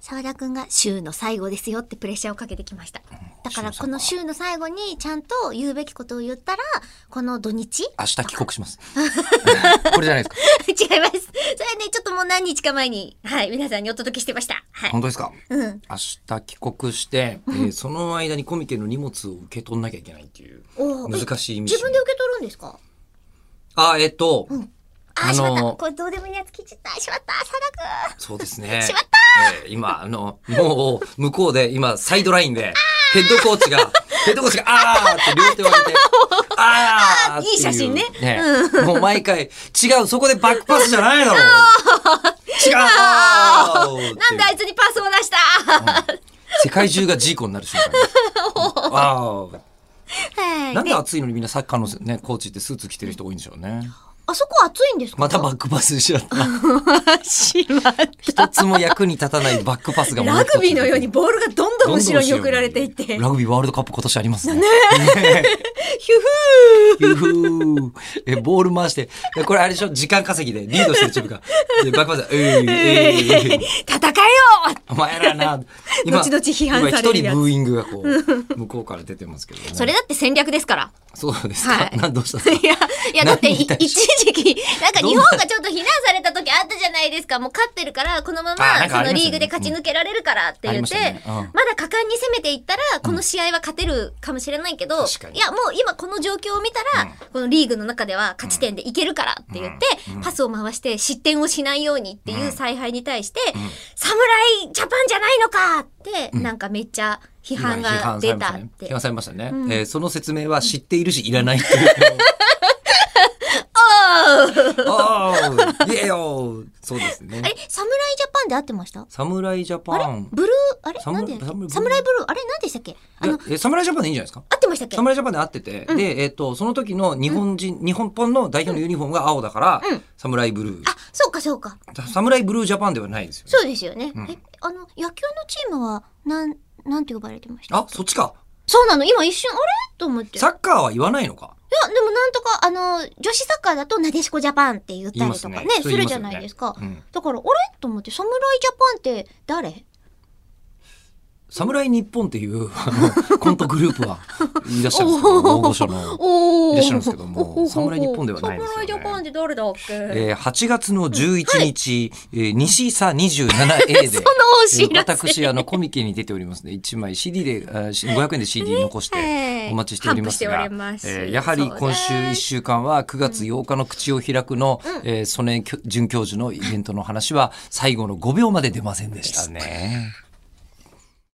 沢田くんが週の最後ですよってプレッシャーをかけてきました。だからこの週の最後にちゃんと言うべきことを言ったら、この土日 違い明日帰国します。これじゃないですか。ます。それはね、ちょっともう何日か前に、はい、皆さんにお届けしてました。はい。本当ですか。うん。明日帰国して、えーその間にコミケの荷物を受け取んなきゃいけないっていうおー難しいミッシ自ョン分で受け取るんですかあ、えっ、と、あー、あしのーまった。これどうでもいいやつ聞いちゃった。しまった、沢田くん。そうですね。しまったえー今、あの、もう、向こうで、今、サイドラインで、ヘッドコーチが、ヘッドコーチが、あーって両手を 上げて、あーってういい写真ねもう毎回、違う、そこでバックパスじゃな いだろう。違うなんであいつにパスを出した世界中がジーコになる瞬間 ね。あーはい。なんでね暑いのにみんなサッカーのね、コーチってスーツ着てる人多いんでしょうね。あそこ暑いんですかまたバックパスしちゃ った。しまっ一つも役に立たないバックパスた。がもうラ一つグビーのようにボールがどんどんどんどん後ろに送られていって。ヒュラグビーワールドカップ今年ありますね。フゆふーえ、ボール回して。でこれあれでしょ時間稼ぎで。リードしてるチームが。で、バックパス、えー、えー、えー戦ー、えよお前らな。後々批判される今一やつ人ブーイングがこう、向こうから出てますけどね。それだって戦略ですから。そうですはか。いなんどうしたんです いかや、いやだってい何に一対して時期、なんか日どんな本がちょっと非難された時あったじゃないですか。もう勝ってるから、このまあなまんかそあのりましたねリーグで勝ち抜けられるからってあり言っ、ましてたねうんまだ果敢に攻めていったら、この試合は勝てるかもしれないけど、確かにいや、もう今この状況を見たら、このリーグの中では勝ち点でいけるからって言って、パスを回して失点をしないようにっていう采配に対して、侍ジャパンじゃないのかって、なんかめっちゃ批今判が出たっ批て。判されましたね。批判されましたねえーその説明は知っているし、いらないっていう。おーああ、いえよそうですねあ。れ、侍ジャパンで合ってました侍ジャパン。ブルー、あれサムなんでサムブルー侍ブルー、あれなんでしたっけあいやの、え侍ジャパンでいいんじゃないですか合ってましたっけ侍ジャパンで会ってて、で、えっ、と、その時の日本人、日本本の代表のユニフォームが青だから、うん侍ブルー。あ、そうかそうか。侍ブルージャパンではないですよ、ね。そうですよね。んえ、あの、野球のチームは、なん、なんて呼ばれてましたあ、そっちか。そうなの、今一瞬、あれと思って。いや、サッカーは言わないのか。でもなんとか、あの、女子サッカーだと、なでしこジャパンって言ったりとかね言います、すねそれ言るじいますゃよねないですか。うんだから、あれと思って、侍ジャパンって誰侍日本っていう、あの、コントグループは、いらっしゃるんですけど、大御所の。おーいらっしゃるんですけどもおーおー侍日本ではないですよね侍ジャパンって誰だっ け、えー、8月の11日、えー西 佐 27A で、そのお知らせ私、あの、コミケに出ておりますね。1枚 CD で、あーし500円で CD 残しはいてお待ちしております頒布しが、ておりますえーやはり今週そうね1週間は9月8日の口を開くの、えー曽根きょ准教授のイベントの話は最後の5秒まで出ませんでしたね。